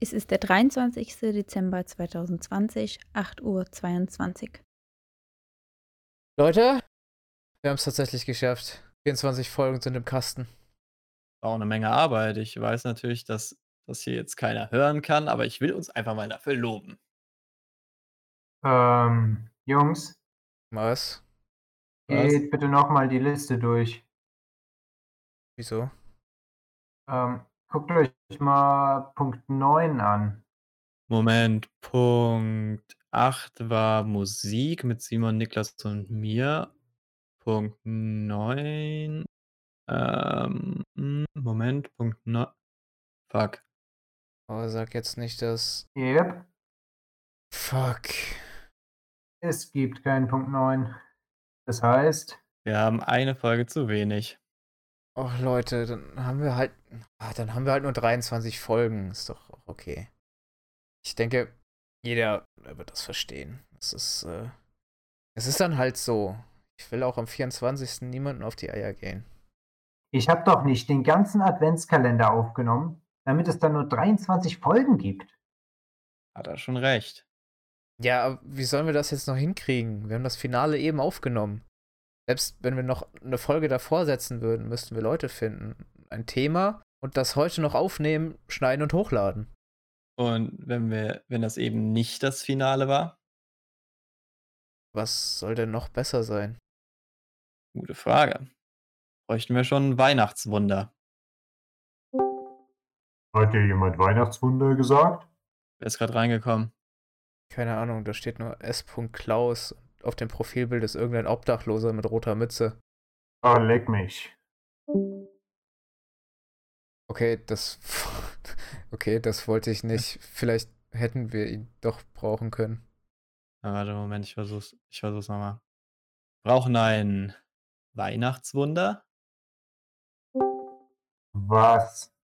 Es ist der 23. Dezember 2020, 8.22 Uhr. Leute, wir haben es tatsächlich geschafft. 24 Folgen sind im Kasten. War auch eine Menge Arbeit. Ich weiß natürlich, dass das hier jetzt keiner hören kann, aber ich will uns einfach mal dafür loben. Ähm, Jungs, Was? Was? geht bitte nochmal die Liste durch. Wieso? Ähm, guckt euch mal Punkt 9 an. Moment, Punkt 8 war Musik mit Simon, Niklas und mir. Punkt 9. Ähm, mm, Moment, Punkt 9. Fuck. Aber Oh, sag jetzt nicht, dass. Yep, Fuck. es gibt keinen Punkt 9. Das heißt, Wir haben eine Folge zu wenig. Och Leute, dann haben wir halt. Ah, dann haben wir halt nur 23 Folgen. Ist doch auch okay. Ich denke, jeder wird das verstehen. Es ist, äh, es ist dann halt so. Ich will auch am 24. niemanden auf die Eier gehen. ich habe doch nicht den ganzen Adventskalender aufgenommen, damit es dann nur 23 Folgen gibt. Hat er schon recht. Ja, aber wie sollen wir das jetzt noch hinkriegen? Wir haben das Finale eben aufgenommen. Selbst wenn wir noch eine Folge davor setzen würden, müssten wir Leute finden. Ein Thema und das heute noch aufnehmen, schneiden und hochladen. Und wenn wir, wenn das eben nicht das Finale war? Was soll denn noch besser sein? Gute Frage. Bräuchten wir schon ein Weihnachtswunder. Hat dir jemand Weihnachtswunder gesagt? Wer ist gerade reingekommen? Keine Ahnung, da steht nur S. Klaus. Auf dem Profilbild ist irgendein Obdachloser mit roter Mütze. Oh, leck mich. Okay, das. Okay, das wollte ich nicht. Vielleicht hätten wir ihn doch brauchen können. Na, warte, Moment, ich versuch's, ich versuch's nochmal. Brauchen ein Weihnachtswunder? Was?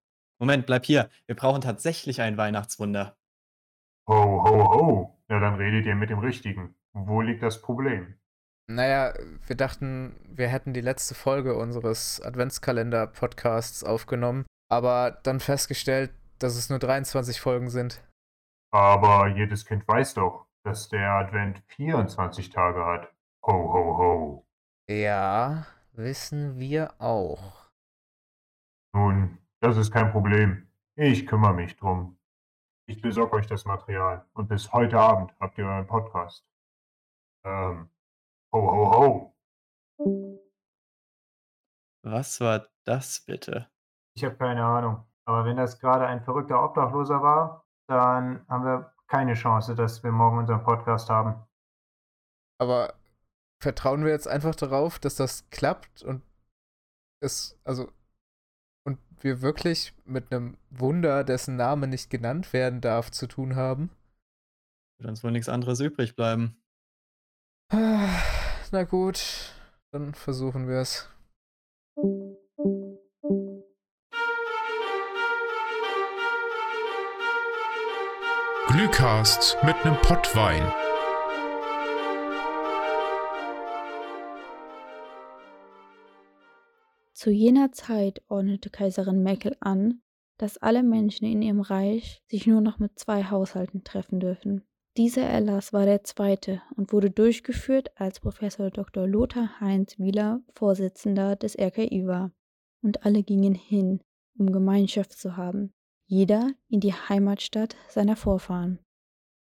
Moment, bleib hier. Wir brauchen tatsächlich ein Weihnachtswunder. Ho, ho, ho. Oh, Na, dann redet ihr mit dem Richtigen. Wo liegt das Problem? Naja, wir dachten, wir hätten die letzte Folge unseres Adventskalender-Podcasts aufgenommen, aber dann festgestellt, dass es nur 23 Folgen sind. Aber jedes Kind weiß doch, dass der Advent 24 Tage hat. Ho, ho, ho. Ja, wissen wir auch. Nun, das ist kein Problem. Ich kümmere mich drum. Ich besorge euch das Material und bis heute Abend habt ihr euren Podcast. Ähm, ho, ho, ho. Was war das bitte? Ich habe keine Ahnung. Aber wenn das gerade ein verrückter Obdachloser war, dann haben wir keine Chance, dass wir morgen unseren Podcast haben. Aber vertrauen wir jetzt einfach darauf, dass das klappt und es, also, und wir wirklich mit einem Wunder, dessen Name nicht genannt werden darf, zu tun haben? Wird uns wohl nichts anderes übrig bleiben. Ah, Na gut, dann versuchen wir es. Glühcast mit nem Pott Wein. Zu jener Zeit ordnete Kaiserin Merkel an, dass alle Menschen in ihrem Reich sich nur noch mit zwei Haushalten treffen dürfen. Dieser Erlass war der zweite und wurde durchgeführt, als Professor Dr. Lothar Heinz Wieler Vorsitzender des RKI war. Und alle gingen hin, um Gemeinschaft zu haben, jeder in die Heimatstadt seiner Vorfahren.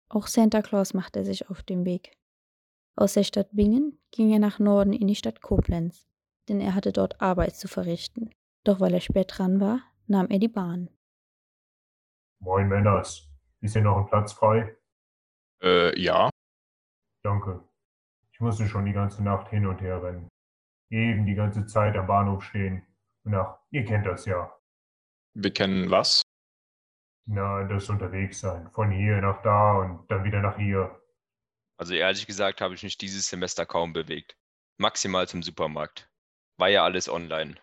Auch Santa Claus machte sich auf den Weg. Aus der Stadt Bingen ging er nach Norden in die Stadt Koblenz denn er hatte dort Arbeit zu verrichten. Doch weil er spät dran war, nahm er die Bahn. Moin, Männers. Ist hier noch ein Platz frei? Äh, ja. Danke. Ich musste schon die ganze Nacht hin und her rennen. Eben die ganze Zeit am Bahnhof stehen. Und ach, ihr kennt das ja. Wir kennen was? Na, das Unterwegssein. Von hier nach da und dann wieder nach hier. Also ehrlich gesagt habe ich mich dieses Semester kaum bewegt. Maximal zum Supermarkt. War ja alles online.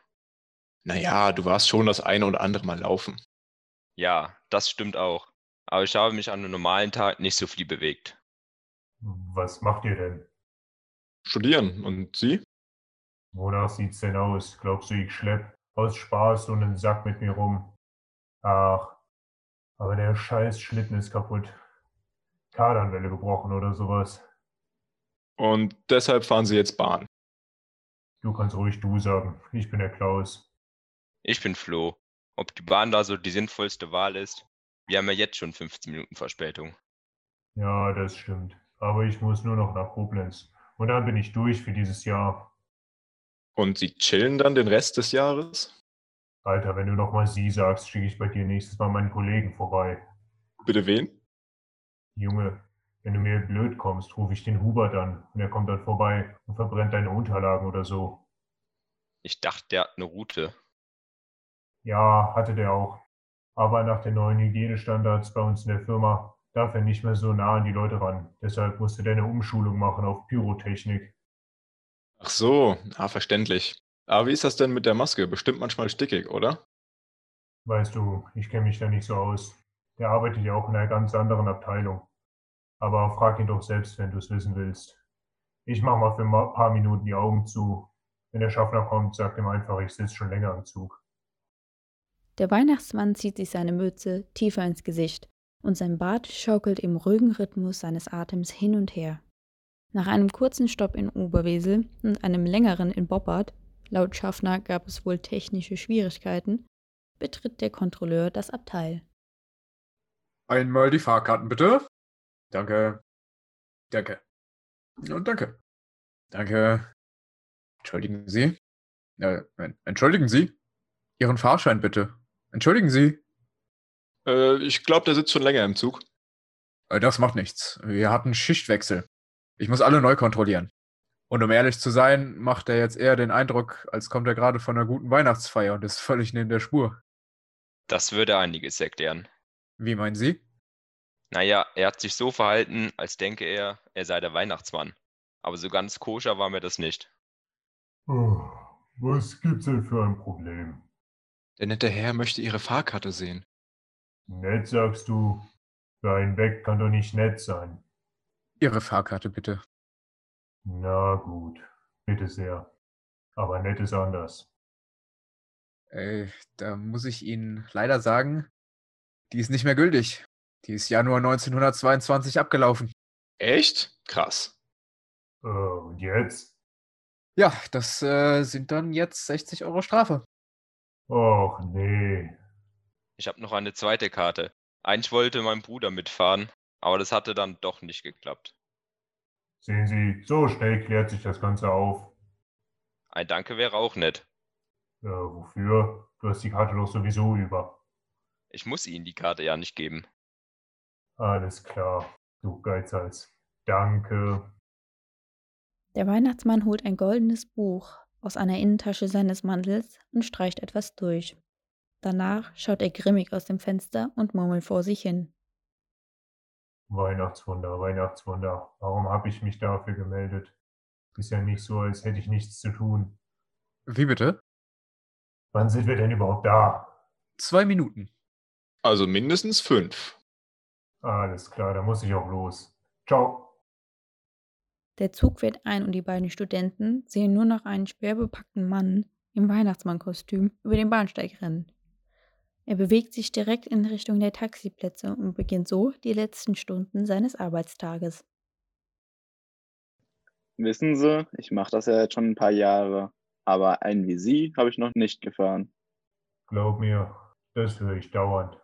Naja, du warst schon das eine oder andere Mal laufen. Ja, das stimmt auch. Aber ich habe mich an einem normalen Tag nicht so viel bewegt. Was macht ihr denn? Studieren. Und Sie? Wonach sieht's denn aus? Glaubst du, ich schlepp aus Spaß so einen Sack mit mir rum? Ach, Aber der scheiß Schlitten ist kaputt. Kardanwelle gebrochen oder sowas. Und deshalb fahren sie jetzt Bahn. Du kannst ruhig du sagen. Ich bin der Klaus. Ich bin Flo. Ob die Bahn da so die sinnvollste Wahl ist? Wir haben ja jetzt schon 15 Minuten Verspätung. Ja, das stimmt. Aber ich muss nur noch nach Koblenz. Und dann bin ich durch für dieses Jahr. Und sie chillen dann den Rest des Jahres? Alter, wenn du nochmal sie sagst, schicke ich bei dir nächstes Mal meinen Kollegen vorbei. Bitte wen? Junge, wenn du mir blöd kommst, rufe ich den Hubert an und er kommt dann vorbei und verbrennt deine Unterlagen oder so. Ich dachte, der hat eine Route. Ja, hatte der auch. Aber nach den neuen Hygienestandards bei uns in der Firma darf er nicht mehr so nah an die Leute ran. Deshalb musste der eine Umschulung machen auf Pyrotechnik. Ach so, ah, verständlich. Aber wie ist das denn mit der Maske? Bestimmt manchmal stickig, oder? Weißt du, ich kenne mich da nicht so aus. Der arbeitet ja auch in einer ganz anderen Abteilung. Aber frag ihn doch selbst, wenn du es wissen willst. Ich mache mal für ein ma- paar Minuten die Augen zu. Wenn der Schaffner kommt, sag ihm einfach, ich sitze schon länger im Zug. Der Weihnachtsmann zieht sich seine Mütze tiefer ins Gesicht und sein Bart schaukelt im ruhigen Rhythmus seines Atems hin und her. Nach einem kurzen Stopp in Oberwesel und einem längeren in Boppard, laut Schaffner gab es wohl technische Schwierigkeiten, betritt der Kontrolleur das Abteil. Einmal die Fahrkarten bitte. Danke. Danke. Und danke. Danke. Entschuldigen Sie. Äh, en- entschuldigen Sie. Ihren Fahrschein bitte. Entschuldigen Sie. Äh, ich glaube, der sitzt schon länger im Zug. Äh, das macht nichts. Wir hatten Schichtwechsel. Ich muss alle neu kontrollieren. Und um ehrlich zu sein, macht er jetzt eher den Eindruck, als kommt er gerade von einer guten Weihnachtsfeier und ist völlig neben der Spur. Das würde einiges erklären. Wie meinen Sie? Naja, er hat sich so verhalten, als denke er, er sei der Weihnachtsmann. Aber so ganz koscher war mir das nicht. Oh, was gibt's denn für ein Problem? Der nette Herr möchte Ihre Fahrkarte sehen. Nett sagst du. Für einen weg kann doch nicht nett sein. Ihre Fahrkarte bitte. Na gut, bitte sehr. Aber nett ist anders. Äh, da muss ich Ihnen leider sagen, die ist nicht mehr gültig. Die ist Januar 1922 abgelaufen. Echt? Krass. Äh, und jetzt? Ja, das äh, sind dann jetzt 60 Euro Strafe. Och nee. Ich habe noch eine zweite Karte. Eigentlich wollte mein Bruder mitfahren, aber das hatte dann doch nicht geklappt. Sehen Sie, so schnell klärt sich das Ganze auf. Ein Danke wäre auch nett. Äh, wofür? Du hast die Karte doch sowieso über. Ich muss Ihnen die Karte ja nicht geben. Alles klar, du Geizhals. Danke. Der Weihnachtsmann holt ein goldenes Buch aus einer Innentasche seines Mantels und streicht etwas durch. Danach schaut er grimmig aus dem Fenster und murmelt vor sich hin. Weihnachtswunder, Weihnachtswunder. Warum habe ich mich dafür gemeldet? Ist ja nicht so, als hätte ich nichts zu tun. Wie bitte? Wann sind wir denn überhaupt da? Zwei Minuten. Also mindestens fünf. Alles klar, da muss ich auch los. Ciao. Der Zug fährt ein und die beiden Studenten sehen nur noch einen schwer bepackten Mann im Weihnachtsmannkostüm über den Bahnsteig rennen. Er bewegt sich direkt in Richtung der Taxiplätze und beginnt so die letzten Stunden seines Arbeitstages. Wissen Sie, ich mache das ja jetzt schon ein paar Jahre, aber einen wie Sie habe ich noch nicht gefahren. Glaub mir, das höre ich dauernd.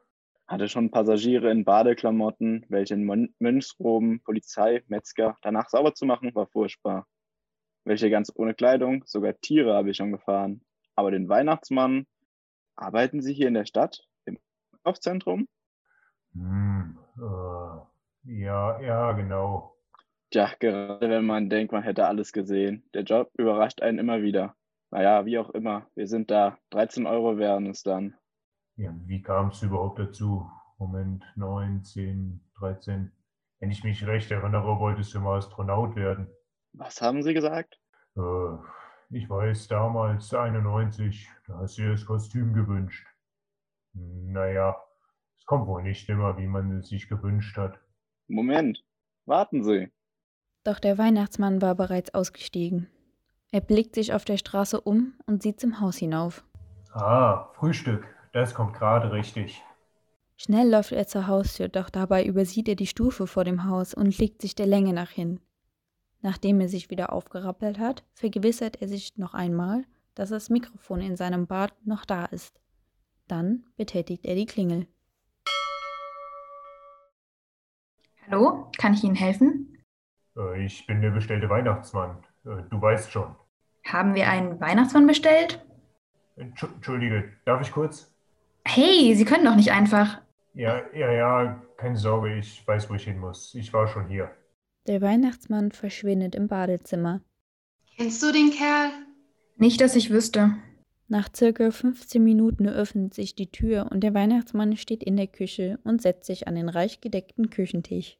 Hatte schon Passagiere in Badeklamotten, welche in Mon Mönchsroben, Polizei, Metzger, danach sauber zu machen, war furchtbar. Welche ganz ohne Kleidung, sogar Tiere habe ich schon gefahren. Aber den Weihnachtsmann, arbeiten Sie hier in der Stadt, im Einkaufszentrum? Hm, äh, ja, ja, genau. Tja, gerade wenn man denkt, man hätte alles gesehen. Der Job überrascht einen immer wieder. Naja, wie auch immer, wir sind da. 13 Euro wären es dann. Ja, wie kam es überhaupt dazu? Moment, 9, 10, 13. Wenn ich mich recht erinnere, wolltest du mal Astronaut werden. Was haben Sie gesagt? Äh, ich weiß, damals 91, da hast du dir das Kostüm gewünscht. Naja, es kommt wohl nicht immer, wie man es sich gewünscht hat. Moment, warten Sie. Doch der Weihnachtsmann war bereits ausgestiegen. Er blickt sich auf der Straße um und sieht zum Haus hinauf. Ah, Frühstück, das kommt gerade richtig. Schnell läuft er zur Haustür, doch dabei übersieht er die Stufe vor dem Haus und legt sich der Länge nach hin. Nachdem er sich wieder aufgerappelt hat, vergewissert er sich noch einmal, dass das Mikrofon in seinem Bad noch da ist. Dann betätigt er die Klingel. Hallo, kann ich Ihnen helfen? Äh, ich bin der bestellte Weihnachtsmann. Äh, du weißt schon. Haben wir einen Weihnachtsmann bestellt? Entschu- Entschuldige, darf ich kurz? Hey, Sie können doch nicht einfach. Ja, ja, ja, keine Sorge, ich weiß, wo ich hin muss. Ich war schon hier. Der Weihnachtsmann verschwindet im Badezimmer. Kennst du den Kerl? Nicht, dass ich wüsste. Nach circa 15 Minuten öffnet sich die Tür und der Weihnachtsmann steht in der Küche und setzt sich an den reich gedeckten Küchentisch.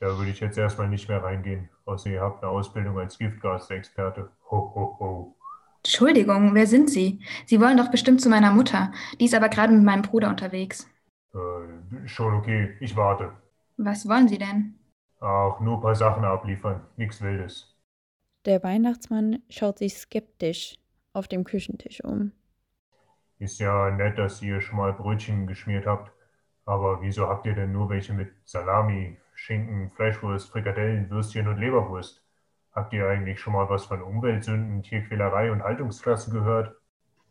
Da würde ich jetzt erstmal nicht mehr reingehen, außer ihr habt eine Ausbildung als Giftgasexperte. Ho, ho, ho. Entschuldigung, wer sind Sie? Sie wollen doch bestimmt zu meiner Mutter. Die ist aber gerade mit meinem Bruder unterwegs. Äh, schon okay, ich warte. Was wollen Sie denn? Auch nur ein paar Sachen abliefern, nichts Wildes. Der Weihnachtsmann schaut sich skeptisch auf dem Küchentisch um. Ist ja nett, dass ihr schon mal Brötchen geschmiert habt, aber wieso habt ihr denn nur welche mit Salami, Schinken, Fleischwurst, Frikadellen, Würstchen und Leberwurst? Habt ihr eigentlich schon mal was von Umweltsünden, Tierquälerei und Haltungsklassen gehört?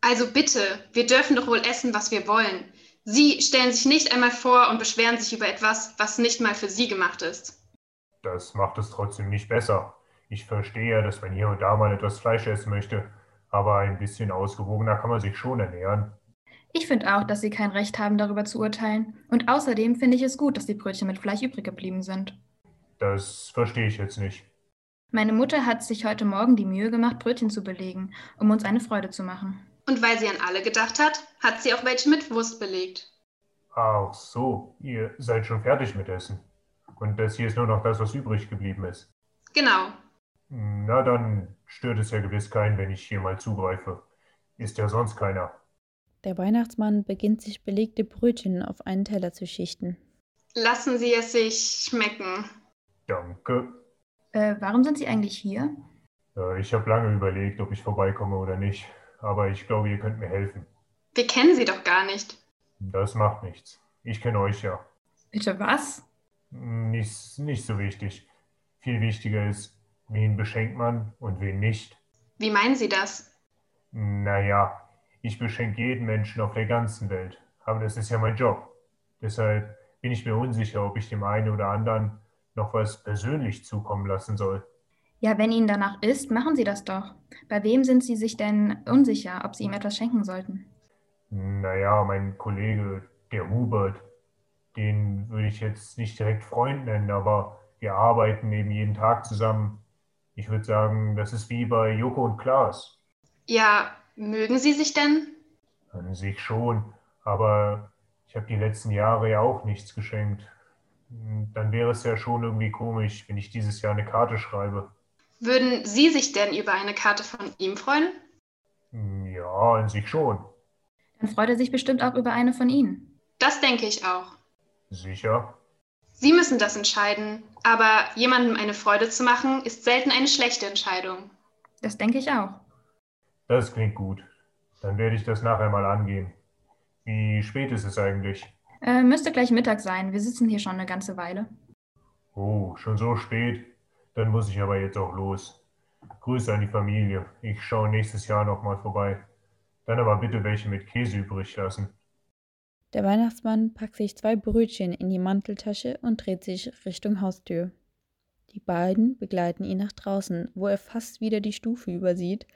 Also bitte, wir dürfen doch wohl essen, was wir wollen. Sie stellen sich nicht einmal vor und beschweren sich über etwas, was nicht mal für Sie gemacht ist. Das macht es trotzdem nicht besser. Ich verstehe ja, dass man hier und da mal etwas Fleisch essen möchte, aber ein bisschen ausgewogener kann man sich schon ernähren. Ich finde auch, dass Sie kein Recht haben, darüber zu urteilen. Und außerdem finde ich es gut, dass die Brötchen mit Fleisch übrig geblieben sind. Das verstehe ich jetzt nicht. Meine Mutter hat sich heute Morgen die Mühe gemacht, Brötchen zu belegen, um uns eine Freude zu machen. Und weil sie an alle gedacht hat, hat sie auch welche mit Wurst belegt. Ach so, ihr seid schon fertig mit Essen. Und das hier ist nur noch das, was übrig geblieben ist. Genau. Na, dann stört es ja gewiss keinen, wenn ich hier mal zugreife. Ist ja sonst keiner. Der Weihnachtsmann beginnt sich belegte Brötchen auf einen Teller zu schichten. Lassen Sie es sich schmecken. Danke. Äh, warum sind Sie eigentlich hier? Äh, Ich habe lange überlegt, ob ich vorbeikomme oder nicht. Aber ich glaube, ihr könnt mir helfen. Wir kennen Sie doch gar nicht. Das macht nichts. Ich kenne euch ja. Bitte was? Nicht, nicht so wichtig. Viel wichtiger ist, wen beschenkt man und wen nicht. Wie meinen Sie das? Naja, ich beschenke jeden Menschen auf der ganzen Welt. Aber das ist ja mein Job. Deshalb bin ich mir unsicher, ob ich dem einen oder anderen noch was persönlich zukommen lassen soll. Ja, wenn Ihnen danach ist, machen Sie das doch. Bei wem sind Sie sich denn unsicher, ob Sie ihm etwas schenken sollten? Naja, mein Kollege, der Hubert, den würde ich jetzt nicht direkt Freund nennen, aber wir arbeiten eben jeden Tag zusammen. Ich würde sagen, das ist wie bei Joko und Klaas. Ja, mögen Sie sich denn? An sich schon, aber ich habe die letzten Jahre ja auch nichts geschenkt. Hm, Dann wäre es ja schon irgendwie komisch, wenn ich dieses Jahr eine Karte schreibe. Würden Sie sich denn über eine Karte von ihm freuen? Hm, Ja, an sich schon. Dann freut er sich bestimmt auch über eine von Ihnen. Das denke ich auch. Sicher. Sie müssen das entscheiden, aber jemandem eine Freude zu machen, ist selten eine schlechte Entscheidung. Das denke ich auch. Das klingt gut. Dann werde ich das nachher mal angehen. Wie spät ist es eigentlich? Äh, müsste gleich Mittag sein. Wir sitzen hier schon eine ganze Weile. Oh, schon so spät. Dann muss ich aber jetzt auch los. Grüße an die Familie. Ich schaue nächstes Jahr nochmal vorbei. Dann aber bitte welche mit Käse übrig lassen. Der Weihnachtsmann packt sich zwei Brötchen in die Manteltasche und dreht sich Richtung Haustür. Die beiden begleiten ihn nach draußen, wo er fast wieder die Stufe übersieht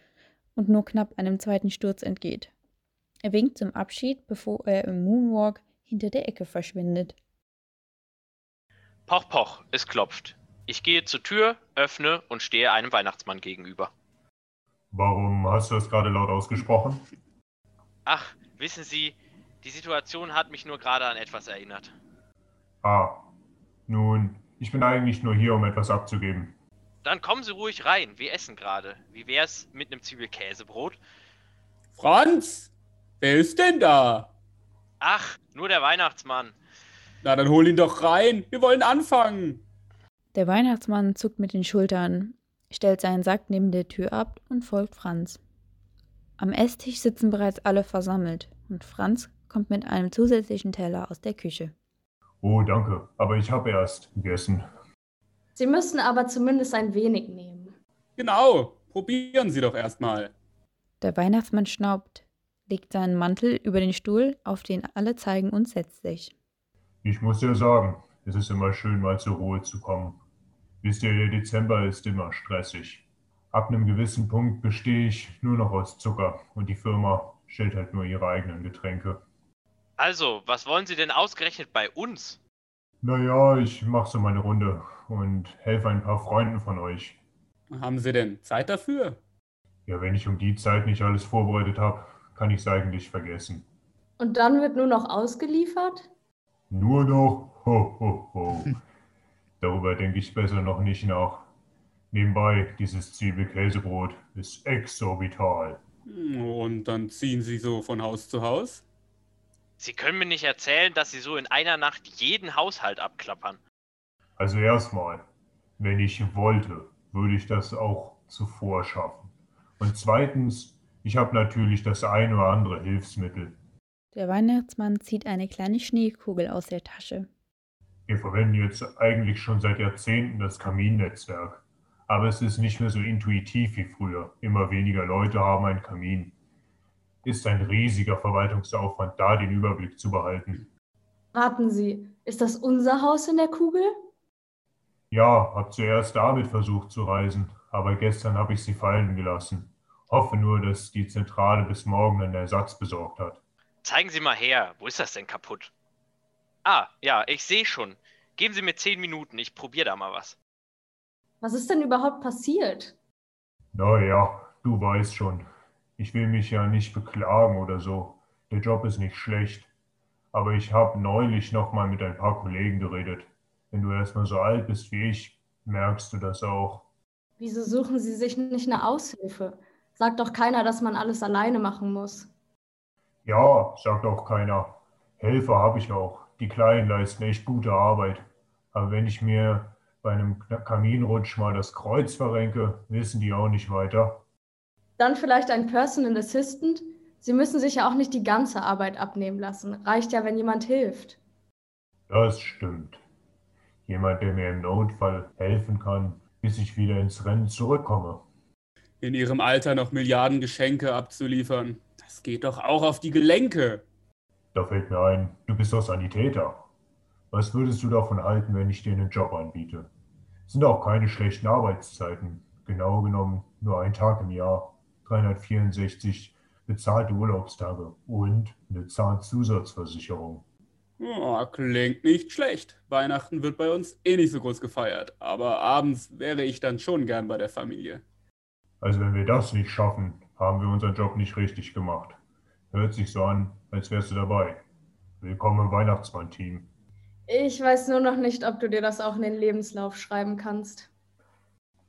und nur knapp einem zweiten Sturz entgeht. Er winkt zum Abschied, bevor er im Moonwalk hinter der Ecke verschwindet. Poch, poch, es klopft. Ich gehe zur Tür, öffne und stehe einem Weihnachtsmann gegenüber. Warum hast du das gerade laut ausgesprochen? Ach, wissen Sie, die Situation hat mich nur gerade an etwas erinnert. Ah, nun, ich bin eigentlich nur hier, um etwas abzugeben. Dann kommen Sie ruhig rein, wir essen gerade. Wie wär's mit einem Zwiebelkäsebrot? Franz, wer ist denn da? Ach, nur der Weihnachtsmann. Na, dann hol ihn doch rein. Wir wollen anfangen. Der Weihnachtsmann zuckt mit den Schultern, stellt seinen Sack neben der Tür ab und folgt Franz. Am Esstisch sitzen bereits alle versammelt und Franz kommt mit einem zusätzlichen Teller aus der Küche. Oh, danke. Aber ich habe erst gegessen. Sie müssen aber zumindest ein wenig nehmen. Genau, probieren Sie doch erstmal. Der Weihnachtsmann schnaubt, legt seinen Mantel über den Stuhl, auf den alle zeigen und setzt sich. Ich muss ja sagen, es ist immer schön, mal zur Ruhe zu kommen. Wisst ihr, der Dezember ist immer stressig. Ab einem gewissen Punkt bestehe ich nur noch aus Zucker und die Firma stellt halt nur ihre eigenen Getränke. Also, was wollen Sie denn ausgerechnet bei uns? Naja, ich mache so meine Runde und helfe ein paar Freunden von euch. Haben Sie denn Zeit dafür? Ja, wenn ich um die Zeit nicht alles vorbereitet habe, kann ich es eigentlich vergessen. Und dann wird nur noch ausgeliefert? Nur noch, ho, ho, ho. Darüber denke ich besser noch nicht nach. Nebenbei, dieses Zwiebelkäsebrot ist exorbital. Und dann ziehen Sie so von Haus zu Haus? Sie können mir nicht erzählen, dass Sie so in einer Nacht jeden Haushalt abklappern. Also erstmal, wenn ich wollte, würde ich das auch zuvor schaffen. Und zweitens, ich habe natürlich das ein oder andere Hilfsmittel. Der Weihnachtsmann zieht eine kleine Schneekugel aus der Tasche. Wir verwenden jetzt eigentlich schon seit Jahrzehnten das Kaminnetzwerk. Aber es ist nicht mehr so intuitiv wie früher. Immer weniger Leute haben einen Kamin. Ist ein riesiger Verwaltungsaufwand, da den Überblick zu behalten. Raten Sie, ist das unser Haus in der Kugel? Ja, hab zuerst damit versucht zu reisen, aber gestern habe ich sie fallen gelassen. Hoffe nur, dass die Zentrale bis morgen einen Ersatz besorgt hat. Zeigen Sie mal her, wo ist das denn kaputt? Ah, ja, ich sehe schon. Geben Sie mir zehn Minuten, ich probiere da mal was. Was ist denn überhaupt passiert? Naja, du weißt schon. Ich will mich ja nicht beklagen oder so. Der Job ist nicht schlecht. Aber ich habe neulich nochmal mit ein paar Kollegen geredet. Wenn du erstmal so alt bist wie ich, merkst du das auch. Wieso suchen Sie sich nicht eine Aushilfe? Sagt doch keiner, dass man alles alleine machen muss. Ja, sagt auch keiner. Helfer habe ich auch. Die Kleinen leisten echt gute Arbeit. Aber wenn ich mir bei einem Kaminrutsch mal das Kreuz verrenke, wissen die auch nicht weiter. Dann vielleicht ein Personal Assistant. Sie müssen sich ja auch nicht die ganze Arbeit abnehmen lassen. Reicht ja, wenn jemand hilft. Das stimmt. Jemand, der mir im Notfall helfen kann, bis ich wieder ins Rennen zurückkomme. In ihrem Alter noch Milliarden Geschenke abzuliefern. Das geht doch auch auf die Gelenke. Da fällt mir ein, du bist doch Sanitäter. Was würdest du davon halten, wenn ich dir einen Job anbiete? Sind auch keine schlechten Arbeitszeiten. Genau genommen nur ein Tag im Jahr, 364 bezahlte Urlaubstage und eine Zahnzusatzversicherung. Ja, klingt nicht schlecht. Weihnachten wird bei uns eh nicht so groß gefeiert, aber abends wäre ich dann schon gern bei der Familie. Also wenn wir das nicht schaffen, haben wir unseren Job nicht richtig gemacht. Hört sich so an, als wärst du dabei. Willkommen im Weihnachtsmann-Team. Ich weiß nur noch nicht, ob du dir das auch in den Lebenslauf schreiben kannst.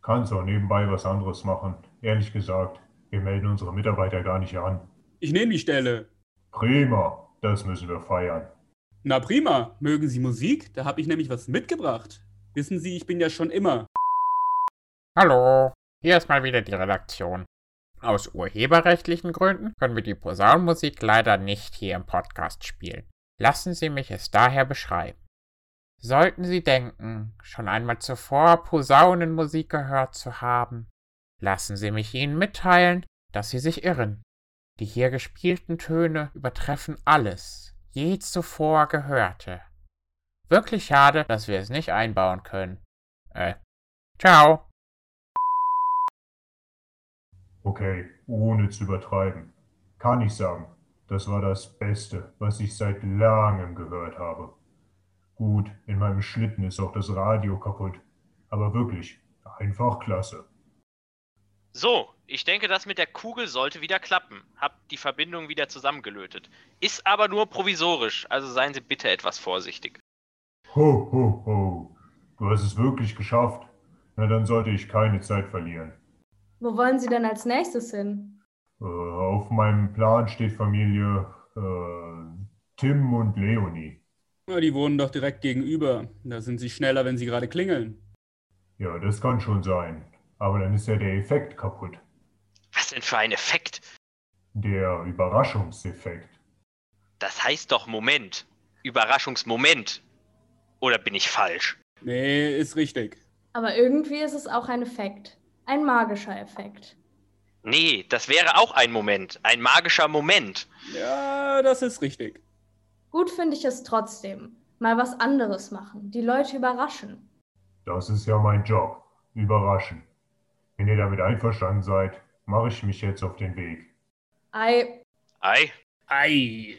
Kannst auch nebenbei was anderes machen. Ehrlich gesagt, wir melden unsere Mitarbeiter gar nicht an. Ich nehme die Stelle. Prima, das müssen wir feiern. Na prima, mögen Sie Musik? Da habe ich nämlich was mitgebracht. Wissen Sie, ich bin ja schon immer. Hallo, hier ist mal wieder die Redaktion. Aus urheberrechtlichen Gründen können wir die Posaunenmusik leider nicht hier im Podcast spielen. Lassen Sie mich es daher beschreiben. Sollten Sie denken, schon einmal zuvor Posaunenmusik gehört zu haben, lassen Sie mich Ihnen mitteilen, dass Sie sich irren. Die hier gespielten Töne übertreffen alles, je zuvor gehörte. Wirklich schade, dass wir es nicht einbauen können. Äh, ciao. Okay, ohne zu übertreiben, kann ich sagen, das war das Beste, was ich seit langem gehört habe. Gut, in meinem Schlitten ist auch das Radio kaputt. Aber wirklich, einfach klasse. So, ich denke, das mit der Kugel sollte wieder klappen. Hab die Verbindung wieder zusammengelötet. Ist aber nur provisorisch, also seien Sie bitte etwas vorsichtig. Ho, ho, ho. Du hast es wirklich geschafft. Na, dann sollte ich keine Zeit verlieren. Wo wollen Sie denn als nächstes hin? Äh, auf meinem Plan steht Familie äh, Tim und Leonie. Ja, die wohnen doch direkt gegenüber. Da sind sie schneller, wenn sie gerade klingeln. Ja, das kann schon sein. Aber dann ist ja der Effekt kaputt. Was denn für ein Effekt? Der Überraschungseffekt. Das heißt doch Moment. Überraschungsmoment. Oder bin ich falsch? Nee, ist richtig. Aber irgendwie ist es auch ein Effekt. Ein magischer Effekt. Nee, das wäre auch ein Moment. Ein magischer Moment. Ja, das ist richtig. Gut finde ich es trotzdem. Mal was anderes machen. Die Leute überraschen. Das ist ja mein Job. Überraschen. Wenn ihr damit einverstanden seid, mache ich mich jetzt auf den Weg. Ei, Ei. Ei.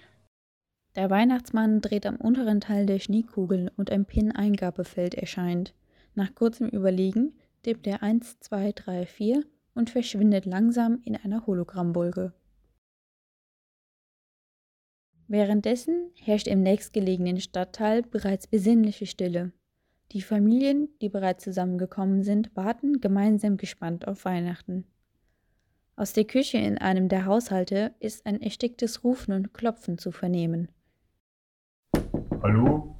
Der Weihnachtsmann dreht am unteren Teil der Schneekugel und ein Pin-Eingabefeld erscheint. Nach kurzem Überlegen tippt er 1, 2, 3, 4 und verschwindet langsam in einer Hologrammwolke. Währenddessen herrscht im nächstgelegenen Stadtteil bereits besinnliche Stille. Die Familien, die bereits zusammengekommen sind, warten gemeinsam gespannt auf Weihnachten. Aus der Küche in einem der Haushalte ist ein ersticktes Rufen und Klopfen zu vernehmen. Hallo?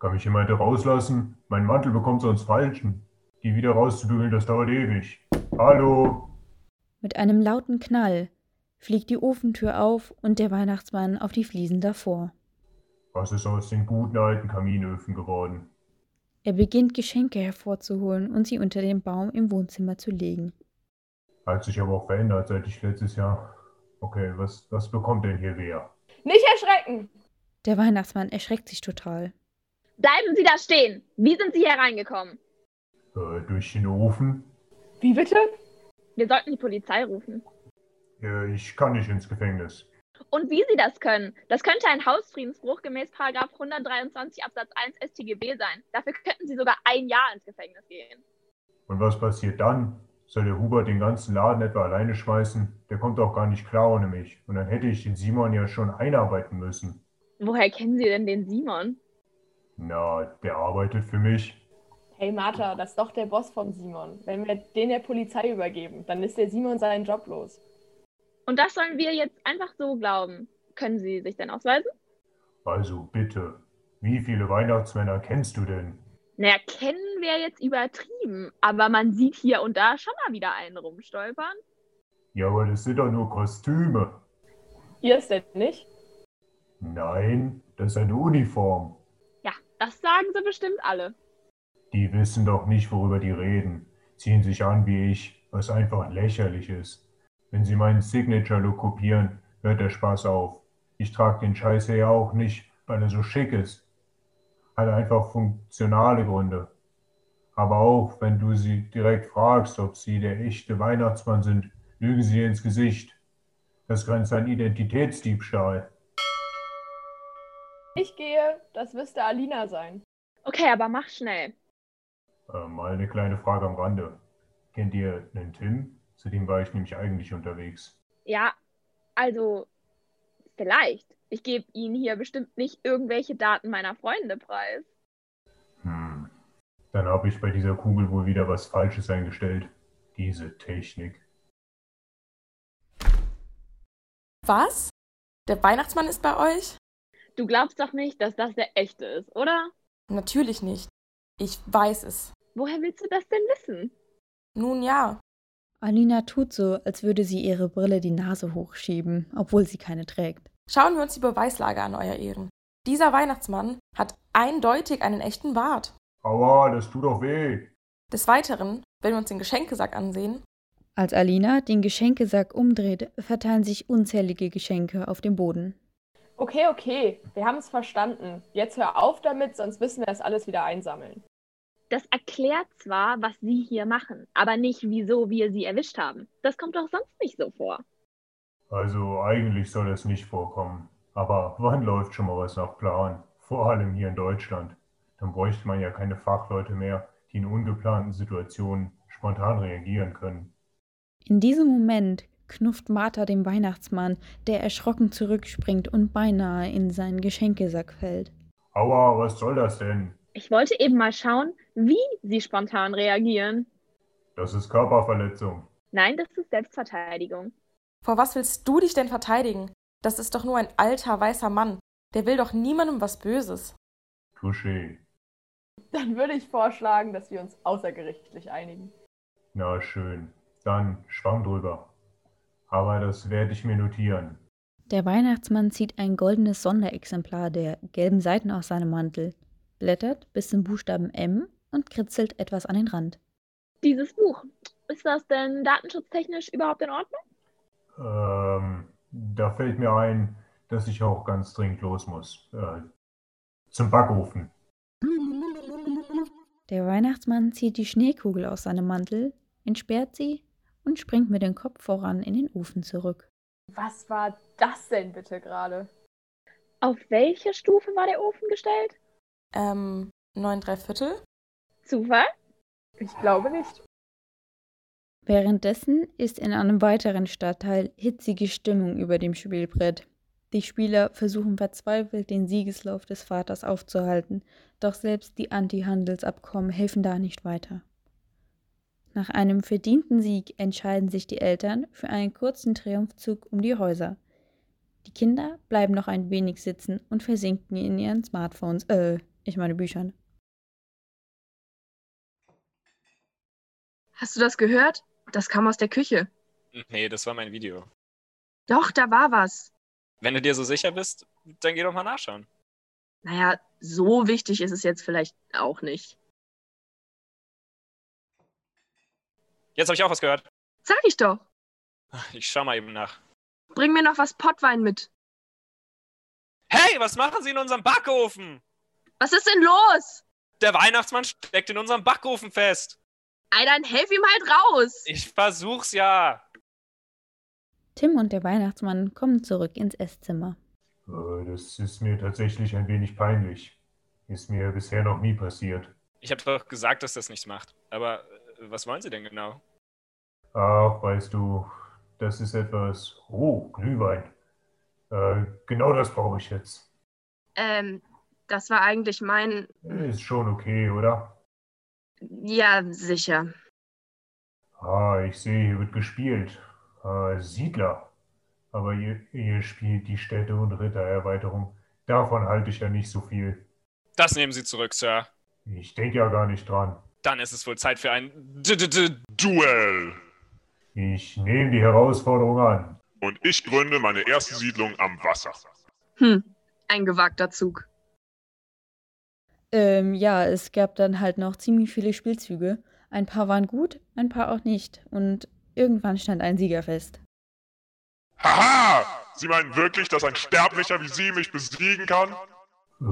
Kann mich jemand rauslassen? Mein Mantel bekommt sonst falschen. Die wieder rauszubügeln, das dauert ewig. Hallo? Mit einem lauten Knall fliegt die Ofentür auf und der Weihnachtsmann auf die Fliesen davor. Was ist aus den guten alten Kaminöfen geworden? Er beginnt Geschenke hervorzuholen und sie unter den Baum im Wohnzimmer zu legen. Hat sich aber auch verändert, seit ich letztes Jahr. Okay, was, was bekommt denn hier wer? Nicht erschrecken! Der Weihnachtsmann erschreckt sich total. Bleiben Sie da stehen! Wie sind Sie hier reingekommen? Äh, durch den Ofen? Wie bitte? Wir sollten die Polizei rufen. Äh, ich kann nicht ins Gefängnis. Und wie Sie das können, das könnte ein Hausfriedensbruch gemäß 123 Absatz 1 StGB sein. Dafür könnten Sie sogar ein Jahr ins Gefängnis gehen. Und was passiert dann? Soll der Hubert den ganzen Laden etwa alleine schmeißen? Der kommt auch gar nicht klar ohne mich. Und dann hätte ich den Simon ja schon einarbeiten müssen. Woher kennen Sie denn den Simon? Na, der arbeitet für mich. Hey Martha, das ist doch der Boss von Simon. Wenn wir den der Polizei übergeben, dann ist der Simon seinen Job los. Und das sollen wir jetzt einfach so glauben. Können Sie sich denn ausweisen? Also bitte, wie viele Weihnachtsmänner kennst du denn? Naja, kennen wäre jetzt übertrieben, aber man sieht hier und da schon mal wieder einen rumstolpern. Ja, aber das sind doch nur Kostüme. Ihr ist denn nicht? Nein, das ist eine Uniform. Ja, das sagen sie bestimmt alle. Die wissen doch nicht, worüber die reden. Ziehen sich an wie ich, was einfach lächerlich ist. Wenn sie meinen Signature-Look kopieren, hört der Spaß auf. Ich trage den Scheiß hier ja auch nicht, weil er so schick ist. Hat einfach funktionale Gründe. Aber auch wenn du sie direkt fragst, ob sie der echte Weihnachtsmann sind, lügen sie dir ins Gesicht. Das grenzt an Identitätsdiebstahl. Ich gehe, das müsste Alina sein. Okay, aber mach schnell. Äh, mal eine kleine Frage am Rande. Kennt ihr einen Tim? Zu dem war ich nämlich eigentlich unterwegs. Ja, also vielleicht. Ich gebe Ihnen hier bestimmt nicht irgendwelche Daten meiner Freunde preis. Hm. Dann habe ich bei dieser Kugel wohl wieder was Falsches eingestellt. Diese Technik. Was? Der Weihnachtsmann ist bei euch? Du glaubst doch nicht, dass das der echte ist, oder? Natürlich nicht. Ich weiß es. Woher willst du das denn wissen? Nun ja. Alina tut so, als würde sie ihre Brille die Nase hochschieben, obwohl sie keine trägt. Schauen wir uns die Beweislage an, Euer Ehren. Dieser Weihnachtsmann hat eindeutig einen echten Bart. Aua, das tut doch weh. Des Weiteren, wenn wir uns den Geschenkesack ansehen, Als Alina den Geschenkesack umdreht, verteilen sich unzählige Geschenke auf dem Boden. Okay, okay, wir haben es verstanden. Jetzt hör auf damit, sonst müssen wir das alles wieder einsammeln. Das erklärt zwar, was Sie hier machen, aber nicht, wieso wir Sie erwischt haben. Das kommt doch sonst nicht so vor. Also eigentlich soll es nicht vorkommen. Aber wann läuft schon mal was nach Plan? Vor allem hier in Deutschland. Dann bräuchte man ja keine Fachleute mehr, die in ungeplanten Situationen spontan reagieren können. In diesem Moment knufft Martha den Weihnachtsmann, der erschrocken zurückspringt und beinahe in seinen Geschenkesack fällt. Aua, was soll das denn? Ich wollte eben mal schauen, wie Sie spontan reagieren. Das ist Körperverletzung. Nein, das ist Selbstverteidigung. vor was willst du dich denn verteidigen? Das ist doch nur ein alter, weißer Mann. Der will doch niemandem was Böses. Touché. Dann würde ich vorschlagen, dass wir uns außergerichtlich einigen. Na schön. Dann schwamm drüber. Aber das werde ich mir notieren. Der Weihnachtsmann zieht ein goldenes Sonderexemplar der gelben Seiten aus seinem Mantel, blättert bis zum Buchstaben M und kritzelt etwas an den Rand. Dieses Buch, ist das denn datenschutztechnisch überhaupt in Ordnung? Ähm, da fällt mir ein, dass ich auch ganz dringend los muss. Äh, zum Backofen. Der Weihnachtsmann zieht die Schneekugel aus seinem Mantel, entsperrt sie und springt mit dem Kopf voran in den Ofen zurück. Was war das denn bitte gerade? Auf welche Stufe war der Ofen gestellt? Ähm, neun Dreiviertel? Zufall? Ich glaube nicht. Währenddessen ist in einem weiteren Stadtteil hitzige Stimmung über dem Spielbrett. Die Spieler versuchen verzweifelt, den Siegeslauf des Vaters aufzuhalten, doch selbst die Anti-Handelsabkommen helfen da nicht weiter. Nach einem verdienten Sieg entscheiden sich die Eltern für einen kurzen Triumphzug um die Häuser. Die Kinder bleiben noch ein wenig sitzen und versinken in ihren Smartphones, äh, ich meine Büchern. Hast du das gehört? Das kam aus der Küche. Nee, das war mein Video. Doch, da war was. Wenn du dir so sicher bist, dann geh doch mal nachschauen. Naja, so wichtig ist es jetzt vielleicht auch nicht. Jetzt habe ich auch was gehört. Sag ich doch. Ich schau mal eben nach. Bring mir noch was Pottwein mit. Hey, was machen Sie in unserem Backofen? Was ist denn los? Der Weihnachtsmann steckt in unserem Backofen fest. Ey, dann helf ihm halt raus. Ich versuch's ja. Tim und der Weihnachtsmann kommen zurück ins Esszimmer. Äh, das ist mir tatsächlich ein wenig peinlich. Ist mir bisher noch nie passiert. Ich habe doch gesagt, dass das nichts macht. Aber äh, was wollen Sie denn genau? Ach, weißt du, das ist etwas. Oh, Glühwein. Äh, genau das brauche ich jetzt. Ähm, das war eigentlich mein. Ist schon okay, oder? Ja, sicher. Ah, ich sehe, hier wird gespielt. Äh, Siedler. Aber ihr, ihr spielt die Städte- und Rittererweiterung. Davon halte ich ja nicht so viel. Das nehmen Sie zurück, Sir. Ich denke ja gar nicht dran. Dann ist es wohl Zeit für ein D -D -D Duell. Ich nehme die Herausforderung an. Äh, Und ich gründe meine erste Siedlung am Wasser. Hm, ein gewagter Zug. Ähm, ja, es gab dann halt noch ziemlich viele Spielzüge. Ein paar waren gut, ein paar auch nicht. Und irgendwann stand ein Sieger fest. Haha! Sie meinen wirklich, dass ein Sterblicher wie Sie mich besiegen kann? Äh,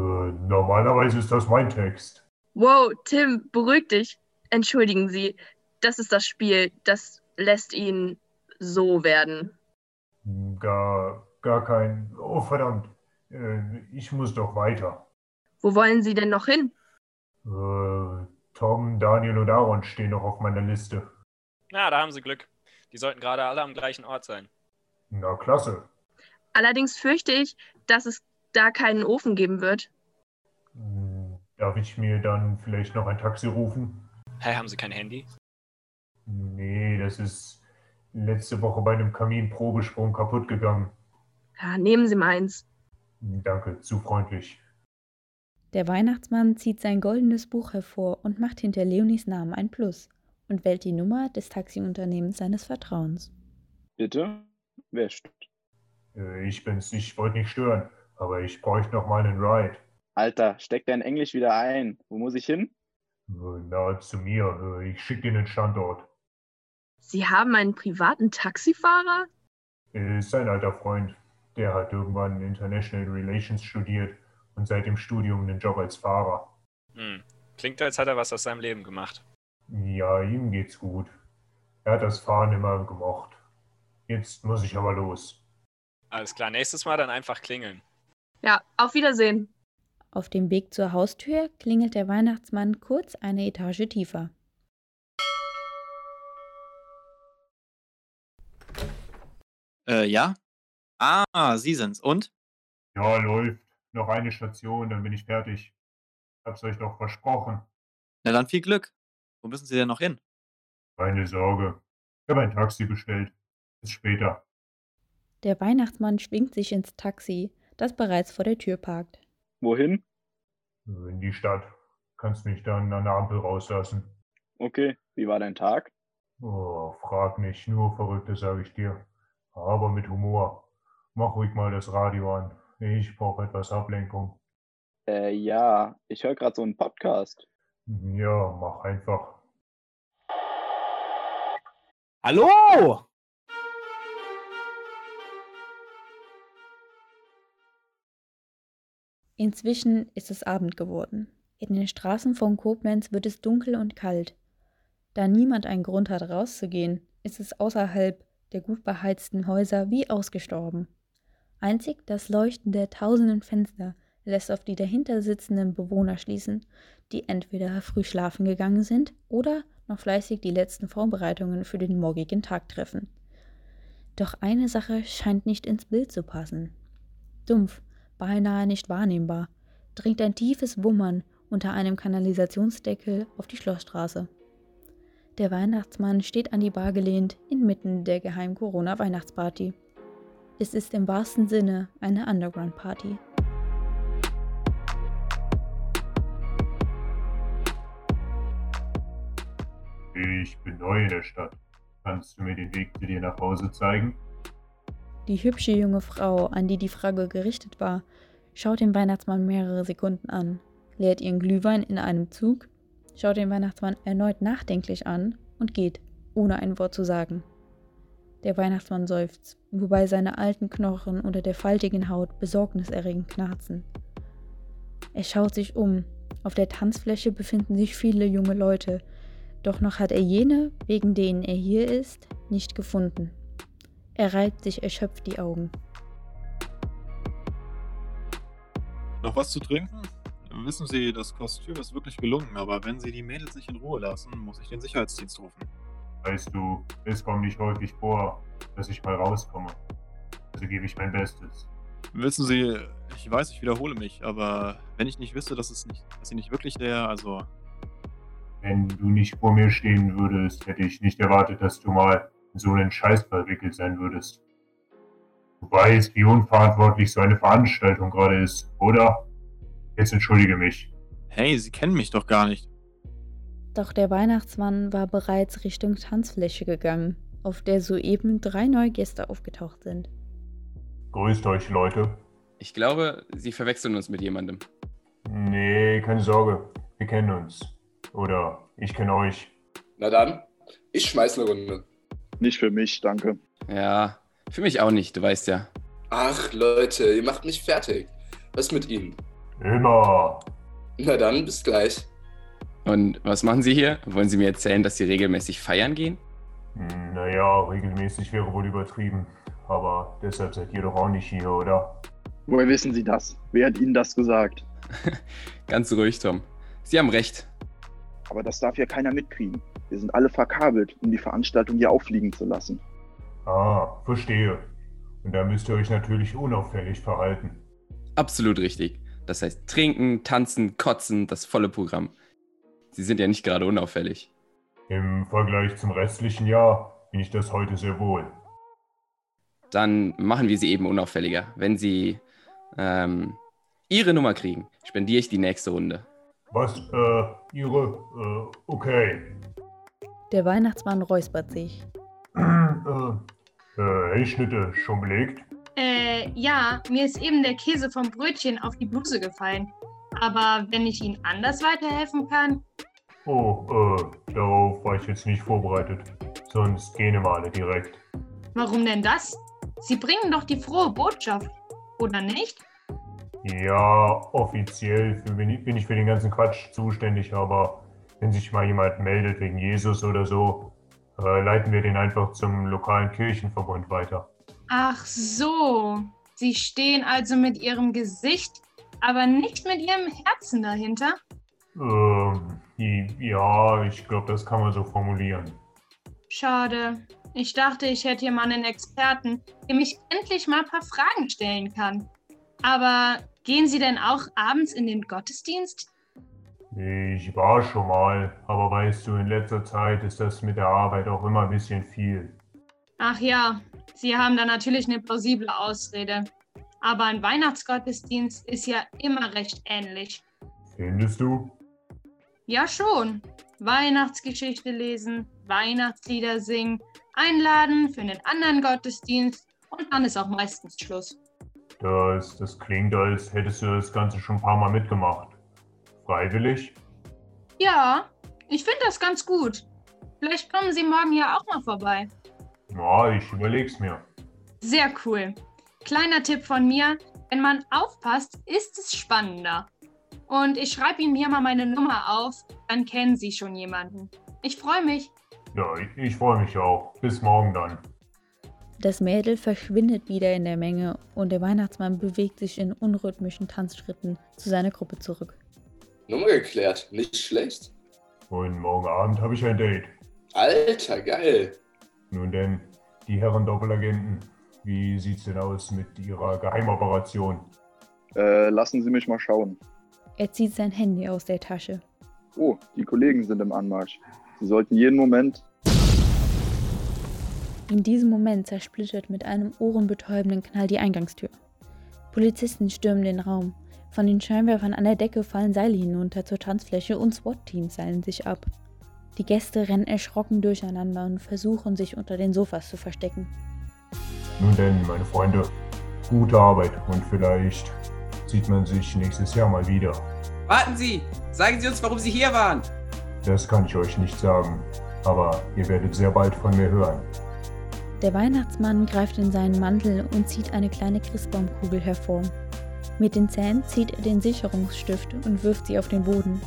normalerweise ist das mein Text. Wow, Tim, beruhig dich. Entschuldigen Sie, das ist das Spiel. Das lässt ihn so werden. Gar, gar kein. Oh, verdammt. Äh, ich muss doch weiter. Wo wollen Sie denn noch hin? Äh, Tom, Daniel und Aaron stehen noch auf meiner Liste. Na, da haben Sie Glück. Die sollten gerade alle am gleichen Ort sein. Na, klasse. Allerdings fürchte ich, dass es da keinen Ofen geben wird. Hm, Darf ich mir dann vielleicht noch ein Taxi rufen? Hä, haben Sie kein Handy? Nee, das ist letzte Woche bei einem Kaminprobesprung kaputt gegangen. Ja, nehmen Sie meins. Danke, zu freundlich. Der Weihnachtsmann zieht sein goldenes Buch hervor und macht hinter Leonis Namen ein Plus und wählt die Nummer des Taxiunternehmens seines Vertrauens. Bitte? Wer stimmt? Äh, Ich bin's, ich wollte nicht stören, aber ich bräuchte noch mal einen Ride. Alter, steck dein Englisch wieder ein. Wo muss ich hin? Äh, Na, zu mir, äh, ich schicke dir den Standort. Sie haben einen privaten Taxifahrer? Äh, Ist ein alter Freund. Der hat irgendwann International Relations studiert und seit dem Studium einen Job als Fahrer. Hm. Klingt, als hat er was aus seinem Leben gemacht. Ja, ihm geht's gut. Er hat das Fahren immer gemocht. Jetzt muss ich aber los. Alles klar, nächstes Mal dann einfach klingeln. Ja, auf Wiedersehen. Auf dem Weg zur Haustür klingelt der Weihnachtsmann kurz eine Etage tiefer. Äh, ja? Ah, Sie sind's. Und? Ja, läuft. Noch eine Station, dann bin ich fertig. Hab's euch doch versprochen. Na dann viel Glück. Wo müssen Sie denn noch hin? Keine Sorge. Ich habe ein Taxi bestellt. Bis später. Der Weihnachtsmann schwingt sich ins Taxi, das bereits vor der Tür parkt. Wohin? In die Stadt. Kannst mich dann an der Ampel rauslassen. Okay, wie war dein Tag? Oh, frag nicht. Nur Verrückte, sage ich dir. Aber mit Humor. Mach ruhig mal das Radio an. Ich brauche etwas Ablenkung. Äh, ja, ich höre gerade so einen Podcast. Ja, mach einfach. Hallo! Inzwischen ist es Abend geworden. In den Straßen von Koblenz wird es dunkel und kalt. Da niemand einen Grund hat, rauszugehen, ist es außerhalb der gut beheizten Häuser wie ausgestorben. Einzig das Leuchten der tausenden Fenster lässt auf die dahinter sitzenden Bewohner schließen, die entweder früh schlafen gegangen sind oder noch fleißig die letzten Vorbereitungen für den morgigen Tag treffen. Doch eine Sache scheint nicht ins Bild zu passen. Dumpf, beinahe nicht wahrnehmbar, dringt ein tiefes Wummern unter einem Kanalisationsdeckel auf die Schlossstraße. Der Weihnachtsmann steht an die Bar gelehnt inmitten der geheimen Corona-Weihnachtsparty. Es ist im wahrsten Sinne eine Underground-Party. Ich bin neu in der Stadt. Kannst du mir den Weg zu dir nach Hause zeigen? Die hübsche junge Frau, an die die Frage gerichtet war, schaut den Weihnachtsmann mehrere Sekunden an, leert ihren Glühwein in einem Zug, schaut den Weihnachtsmann erneut nachdenklich an und geht, ohne ein Wort zu sagen. Der Weihnachtsmann seufzt, wobei seine alten Knochen unter der faltigen Haut besorgniserregend knarzen. Er schaut sich um. Auf der Tanzfläche befinden sich viele junge Leute, doch noch hat er jene, wegen denen er hier ist, nicht gefunden. Er reibt sich erschöpft die Augen. Noch was zu trinken? Wissen Sie, das Kostüm ist wirklich gelungen, aber wenn Sie die Mädels nicht in Ruhe lassen, muss ich den Sicherheitsdienst rufen. Weißt du, es kommt nicht häufig vor, dass ich mal rauskomme. Also gebe ich mein Bestes. Wissen Sie, ich weiß, ich wiederhole mich, aber wenn ich nicht wüsste, dass, es nicht, dass Sie nicht wirklich der, also Wenn du nicht vor mir stehen würdest, hätte ich nicht erwartet, dass du mal in so einen Scheiß verwickelt sein würdest. Du weißt, wie unverantwortlich so eine Veranstaltung gerade ist, oder? Jetzt entschuldige mich. Hey, Sie kennen mich doch gar nicht. Doch der Weihnachtsmann war bereits Richtung Tanzfläche gegangen, auf der soeben drei neue Gäste aufgetaucht sind. Grüßt euch, Leute. Ich glaube, sie verwechseln uns mit jemandem. Nee, keine Sorge. Wir kennen uns. Oder ich kenne euch. Na dann, ich schmeiß eine Runde. Nicht für mich, danke. Ja, für mich auch nicht, du weißt ja. Ach Leute, ihr macht mich fertig. Was mit Ihnen? Immer. Na dann, bis gleich. Und was machen Sie hier? Wollen Sie mir erzählen, dass Sie regelmäßig feiern gehen? Naja, Hm, regelmäßig wäre wohl übertrieben. Aber deshalb seid ihr doch auch nicht hier, oder? Woher wissen Sie das? Wer hat Ihnen das gesagt? Ganz ruhig, Tom. Sie haben recht. Aber das darf ja keiner mitkriegen. Wir sind alle verkabelt, um die Veranstaltung hier auffliegen zu lassen. Ah, verstehe. Und da müsst ihr euch natürlich unauffällig verhalten. Absolut richtig. Das heißt trinken, tanzen, kotzen, das volle Programm. Sie sind ja nicht gerade unauffällig. Im Vergleich zum restlichen Jahr bin ich das heute sehr wohl. Dann machen wir sie eben unauffälliger. Wenn sie ähm, ihre Nummer kriegen, spendiere ich die nächste Runde. Was, äh, ihre, äh, okay. Der Weihnachtsmann räuspert sich. äh, äh, hey Schnitte, schon belegt? Äh, ja, mir ist eben der Käse vom Brötchen auf die Bluse gefallen. Aber wenn ich Ihnen anders weiterhelfen kann, Oh, äh, darauf war ich jetzt nicht vorbereitet. Sonst gehen wir alle direkt. warum denn das? Sie bringen doch die frohe Botschaft, oder nicht? Ja, offiziell für, bin ich- bin ich für den ganzen Quatsch zuständig, aber wenn sich mal jemand meldet wegen Jesus oder so, äh, leiten wir den einfach zum lokalen Kirchenverbund weiter. Ach so, Sie stehen also mit Ihrem Gesicht, aber nicht mit Ihrem Herzen dahinter? Ähm, i- ja, ich glaube, das kann man so formulieren. Schade. Ich dachte, ich hätte hier mal einen Experten, der mich endlich mal ein paar Fragen stellen kann. Aber gehen Sie denn auch abends in den Gottesdienst? Ich war schon mal, aber weißt du, in letzter Zeit ist das mit der Arbeit auch immer ein bisschen viel. Ach ja, Sie haben da natürlich eine plausible Ausrede. Aber ein Weihnachtsgottesdienst ist ja immer recht ähnlich. Findest du? Ja schon. Weihnachtsgeschichte lesen, Weihnachtslieder singen, einladen für einen anderen Gottesdienst Und dann ist auch meistens Schluss. Das, das klingt, als hättest du das Ganze schon ein paar Mal mitgemacht. Freiwillig? Ja, ich finde das ganz gut. Vielleicht kommen Sie morgen ja auch mal vorbei. Ja, ich überleg's mir. Sehr cool. Kleiner Tipp von mir, wenn man aufpasst, ist es spannender. Und ich schreibe Ihnen hier mal meine Nummer auf, dann kennen Sie schon jemanden. Ich freue mich. Ja, ich, ich freue mich auch. Bis morgen dann. Das Mädel verschwindet wieder in der Menge und der Weihnachtsmann bewegt sich in unrhythmischen Tanzschritten zu seiner Gruppe zurück. Nummer geklärt, nicht schlecht. Und morgen Abend habe ich ein Date. Alter, geil. Nun denn, die Herren Doppelagenten, wie sieht's denn aus mit ihrer Geheimoperation? Äh, lassen Sie mich mal schauen. Er zieht sein Handy aus der Tasche. Oh, die Kollegen sind im Anmarsch. Sie sollten jeden Moment. In diesem Moment zersplittert mit einem ohrenbetäubenden Knall die Eingangstür. Polizisten stürmen den Raum. Von den Scheinwerfern an der Decke fallen Seile hinunter zur Tanzfläche und SWAT-Teams seilen sich ab. Die Gäste rennen erschrocken durcheinander und versuchen, sich unter den Sofas zu verstecken. Nun denn, meine Freunde, gute Arbeit und vielleicht sieht man sich nächstes Jahr mal wieder. Warten Sie! Sagen Sie uns, warum Sie hier waren! Das kann ich euch nicht sagen, aber ihr werdet sehr bald von mir hören. Der Weihnachtsmann greift in seinen Mantel und zieht eine kleine Christbaumkugel hervor. Mit den Zähnen zieht er den Sicherungsstift und wirft sie auf den Boden.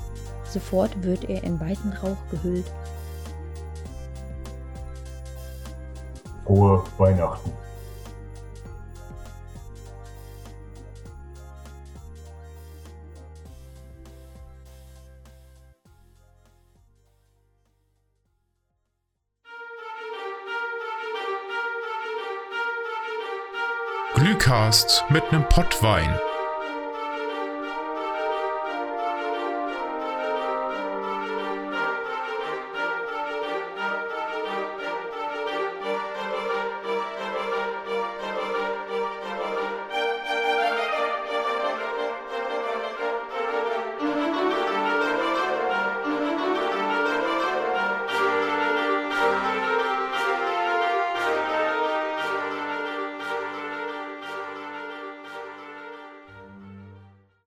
Sofort wird er in weißen Rauch gehüllt. Frohe Weihnachten. Glühcast mit nem Pottwein.